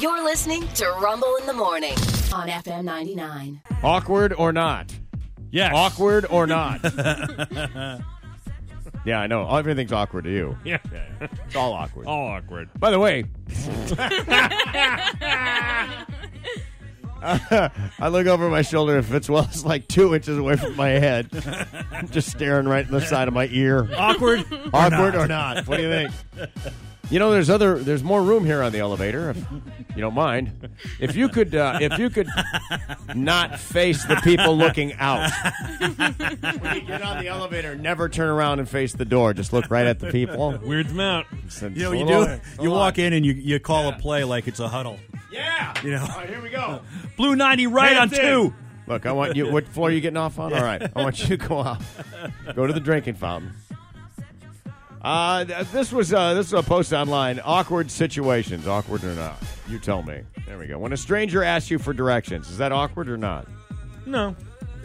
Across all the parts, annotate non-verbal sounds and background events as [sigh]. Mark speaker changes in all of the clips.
Speaker 1: You're listening to Rumble in the Morning on FM 99.
Speaker 2: Awkward or not?
Speaker 3: Yes.
Speaker 2: Awkward or not? yeah, I know. Everything's awkward to you.
Speaker 3: [laughs] Yeah.
Speaker 2: It's all awkward.
Speaker 3: All awkward.
Speaker 2: By the way, I look over my shoulder and Fitzwell's like two inches away from my head, just staring right in the side of my ear.
Speaker 3: Awkward.
Speaker 2: Awkward or not? What do you think? [laughs] You know, there's other, there's more room here on the elevator. If you don't mind, if you could, uh, if you could not face the people looking out. when you get on the elevator, never turn around and face the door. Just look right at the people.
Speaker 3: [laughs] Weirds them out.
Speaker 2: Since
Speaker 4: You know,
Speaker 2: it's
Speaker 4: you
Speaker 2: a
Speaker 4: do.
Speaker 2: little- it's a
Speaker 4: You
Speaker 2: lot.
Speaker 4: walk in and you you call a play like it's a huddle.
Speaker 2: Yeah.
Speaker 4: You know.
Speaker 2: All right, here we go.
Speaker 3: Blue 90 right on
Speaker 2: That's it.
Speaker 3: two.
Speaker 2: Look, I want you. What floor are you getting off on? All right, I want you to go off. Go to the drinking fountain. Uh, th- this was uh, this was a post online. Awkward situations, awkward or not? You tell me. There we go. When a stranger asks you for directions, is that awkward or not?
Speaker 3: No.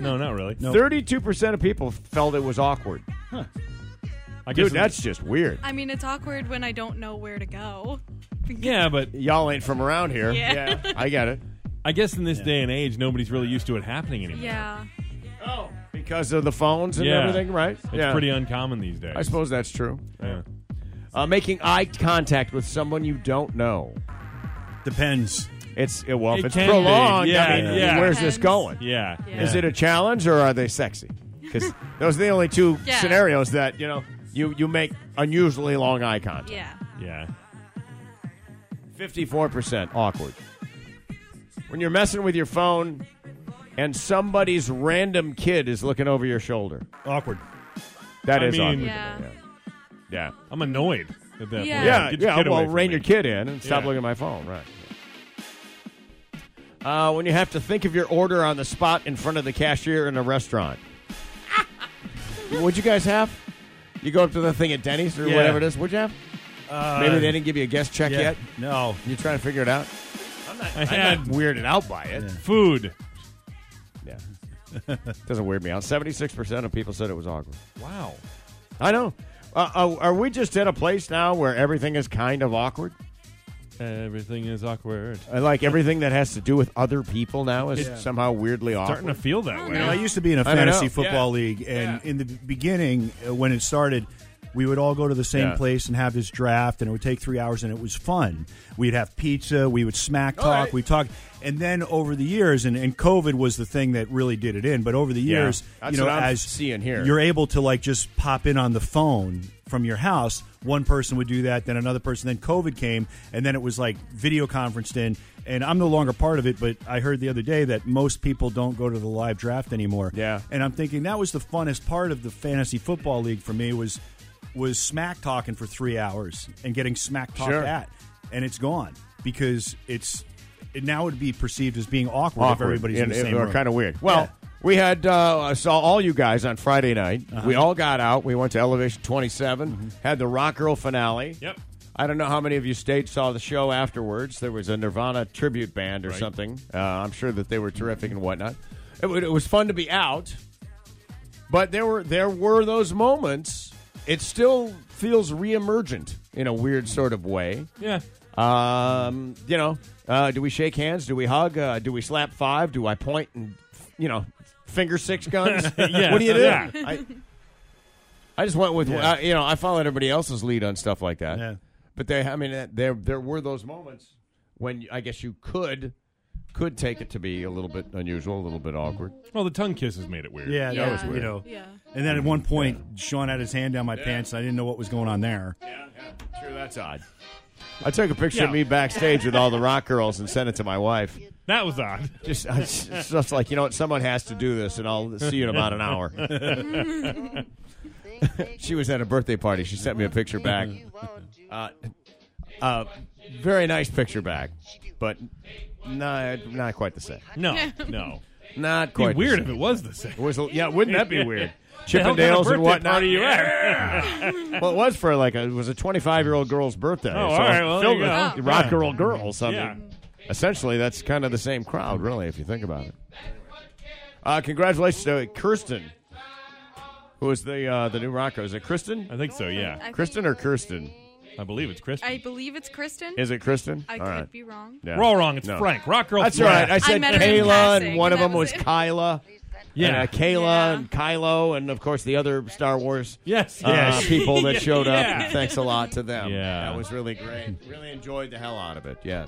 Speaker 3: No, not really. No.
Speaker 2: Thirty-two percent of people felt it was awkward.
Speaker 3: I guess
Speaker 2: Dude,
Speaker 3: it-
Speaker 2: that's just weird.
Speaker 5: I mean, it's awkward when I don't know where to go.
Speaker 3: Yeah, but
Speaker 2: Y'all ain't from around here.
Speaker 5: Yeah.
Speaker 2: I get it.
Speaker 3: I guess in this day and age, nobody's really used to it happening anymore.
Speaker 5: Yeah.
Speaker 2: Oh, because of the phones and
Speaker 3: Yeah.
Speaker 2: everything, right?
Speaker 3: It's pretty uncommon these days.
Speaker 2: I suppose that's true.
Speaker 3: Yeah.
Speaker 2: Uh, making eye contact with someone you don't know.
Speaker 4: Depends.
Speaker 2: It's it, well, if
Speaker 3: It
Speaker 2: it's
Speaker 3: can be.
Speaker 2: prolonged, I
Speaker 3: Yeah,
Speaker 2: mean,
Speaker 3: yeah.
Speaker 2: where's this
Speaker 5: Depends.
Speaker 2: going?
Speaker 3: Yeah.
Speaker 5: Yeah.
Speaker 2: Is it a challenge or are they sexy? Because those are the only two
Speaker 5: Yeah.
Speaker 2: scenarios that you know you you make unusually long eye contact.
Speaker 5: Yeah.
Speaker 3: Yeah.
Speaker 2: Fifty-four percent awkward. When you're messing with your phone and somebody's random kid is looking over your shoulder,
Speaker 4: Awkward.
Speaker 2: That
Speaker 3: I
Speaker 2: is
Speaker 3: mean-
Speaker 2: awkward.
Speaker 5: Yeah.
Speaker 2: yeah.
Speaker 3: I'm annoyed at that
Speaker 5: Yeah.
Speaker 3: point.
Speaker 2: Yeah,
Speaker 3: Get your
Speaker 2: yeah.
Speaker 3: kid away
Speaker 2: well,
Speaker 3: from
Speaker 2: rein
Speaker 3: me.
Speaker 2: your kid in and stop
Speaker 3: Yeah.
Speaker 2: looking at my phone, right? Uh, when you have to think of your order on the spot in front of the cashier in a restaurant. [laughs] What'd you guys have? You go up to the thing at Denny's or
Speaker 4: Yeah.
Speaker 2: whatever it is. What'd you have?
Speaker 4: Uh,
Speaker 2: Maybe they didn't give you a guest check
Speaker 4: yeah.
Speaker 2: yet.
Speaker 4: No.
Speaker 2: You trying to figure it out?
Speaker 3: I
Speaker 2: I'm
Speaker 3: had
Speaker 2: not weirded out by it.
Speaker 3: food.
Speaker 2: Yeah. [laughs] Doesn't weird me out. Seventy-six percent of people said it was awkward.
Speaker 3: Wow.
Speaker 2: I know. Uh, are- are we just at a place now where everything is kind of awkward?
Speaker 3: Everything is awkward.
Speaker 2: I like everything that has to do with other people now is
Speaker 4: Yeah.
Speaker 2: somehow weirdly awkward. Oh,
Speaker 3: Starting to feel that
Speaker 5: don't
Speaker 3: way.
Speaker 4: You know, I used to be in a
Speaker 2: I don't
Speaker 4: fantasy
Speaker 2: know.
Speaker 4: football
Speaker 3: Yeah.
Speaker 4: league, and
Speaker 3: Yeah.
Speaker 4: in the beginning, uh, when it started, we would all go to the same
Speaker 2: Yeah.
Speaker 4: place and have this draft, and it would take three hours, and it was fun. We'd have pizza, we would smack
Speaker 2: All
Speaker 4: talk,
Speaker 2: right.
Speaker 4: we talk, and then over the years, and, and COVID was the thing that really did it in. But over the
Speaker 2: Yeah.
Speaker 4: years,
Speaker 2: That's
Speaker 4: you know,
Speaker 2: what I'm
Speaker 4: as
Speaker 2: seeing here.
Speaker 4: you're able to like just pop in on the phone from your house. One person would do that, then another person. Then COVID came, and then it was like video conferenced in. And I'm no longer part of it, but I heard the other day that most people don't go to the live draft anymore.
Speaker 2: Yeah.
Speaker 4: And I'm thinking that was the funnest part of the fantasy football league for me was was smack talking for three hours and getting smack talked
Speaker 2: Sure.
Speaker 4: at, and it's gone because it's it now would be perceived as being awkward, if
Speaker 2: awkward.
Speaker 4: everybody's in the
Speaker 2: And-
Speaker 4: same
Speaker 2: or
Speaker 4: room.
Speaker 2: kind of weird. Well,
Speaker 4: Yeah. Uh-huh.
Speaker 2: we had uh, I saw all you guys on Friday night. We all got out. We went to Elevation 27.
Speaker 4: Mm-hmm.
Speaker 2: Had the Rock Girl finale.
Speaker 3: Yep.
Speaker 2: I don't know how many of you stayed saw the show afterwards. There was a Nirvana tribute band or
Speaker 3: Right.
Speaker 2: something. Uh, I'm sure that they were terrific and whatnot. It, wa- it was fun to be out, but there were there were those moments. It still feels reemergent in a weird sort of way.
Speaker 3: Yeah.
Speaker 2: Um, you know, uh, do we shake hands? Do we hug? Uh, do we slap five? Do I point and you know, finger
Speaker 3: [laughs]
Speaker 2: six guns?
Speaker 3: Yeah.
Speaker 2: What do you do?
Speaker 3: Yeah.
Speaker 2: I, I just went with
Speaker 4: Yeah.
Speaker 2: uh, you know I followed everybody else's lead on stuff like that.
Speaker 4: Yeah.
Speaker 2: But they, I mean, uh, there there were those moments when I guess you could could take it to be a little bit unusual, a little bit awkward.
Speaker 3: Well, the tongue kisses made it weird.
Speaker 4: Yeah, that was
Speaker 5: Yeah.
Speaker 4: weird. You know.
Speaker 5: Yeah.
Speaker 4: And then at one point, Sean had his hand down my pants, and I didn't know what was going on there.
Speaker 2: Yeah, yeah. True, that's odd. I took a picture of
Speaker 3: Yeah.
Speaker 2: me backstage with all the rock girls and sent it to my wife.
Speaker 3: That was odd.
Speaker 2: Just, I just, it's just like you know what, someone has to do this, and I'll see you in about an hour. she was at a birthday party. She sent me a picture back. Uh, uh, very nice picture back, but not not quite the same. [laughs]
Speaker 3: No. No.
Speaker 2: Not
Speaker 3: It'd
Speaker 2: quite
Speaker 3: be weird
Speaker 2: The
Speaker 3: if
Speaker 2: same.
Speaker 3: it was the same.
Speaker 2: It was a- yeah, wouldn't that be
Speaker 3: [laughs]
Speaker 2: weird?
Speaker 3: Hell, what kind of
Speaker 2: Chippendales and
Speaker 3: birthday
Speaker 2: whatnot.
Speaker 3: Party you at?
Speaker 2: Well, it was for like a, it was a 25 year old girl's birthday.
Speaker 3: Oh,
Speaker 2: so
Speaker 3: all right,
Speaker 2: it was
Speaker 3: well, there
Speaker 2: filled
Speaker 3: you
Speaker 2: with
Speaker 5: go.
Speaker 2: rock girl girls. I
Speaker 3: Yeah.
Speaker 2: mean, essentially, that's kind of the same crowd, really, if you think about it. Uh, congratulations to Kirsten, who is the uh, the new rock girl. Is it Kristen?
Speaker 3: I think so. Yeah.
Speaker 5: I
Speaker 2: Kristen or Kirsten?
Speaker 3: I believe it's Chris.
Speaker 5: I believe it's Kristen.
Speaker 2: Is it Kristen?
Speaker 5: I
Speaker 2: All
Speaker 5: could
Speaker 2: right.
Speaker 5: be wrong.
Speaker 2: Yeah.
Speaker 3: We're all wrong. It's
Speaker 2: No.
Speaker 3: Frank. Rock girl.
Speaker 2: That's
Speaker 3: Flag.
Speaker 2: right. I said
Speaker 5: met her in
Speaker 2: Kayla,
Speaker 5: passing,
Speaker 2: and one of
Speaker 5: that
Speaker 2: them was
Speaker 5: was it.
Speaker 2: Kyla.
Speaker 3: Yeah.
Speaker 2: And, uh, Kayla
Speaker 5: Yeah.
Speaker 2: and Kylo, and of course the other Star Wars
Speaker 3: yes.
Speaker 2: uh,
Speaker 4: Yes.
Speaker 2: people that
Speaker 3: [laughs] Yeah.
Speaker 2: showed up.
Speaker 3: Yeah.
Speaker 2: Thanks a lot to them.
Speaker 3: Yeah.
Speaker 2: That was really great. Really enjoyed the hell out of it. Yes.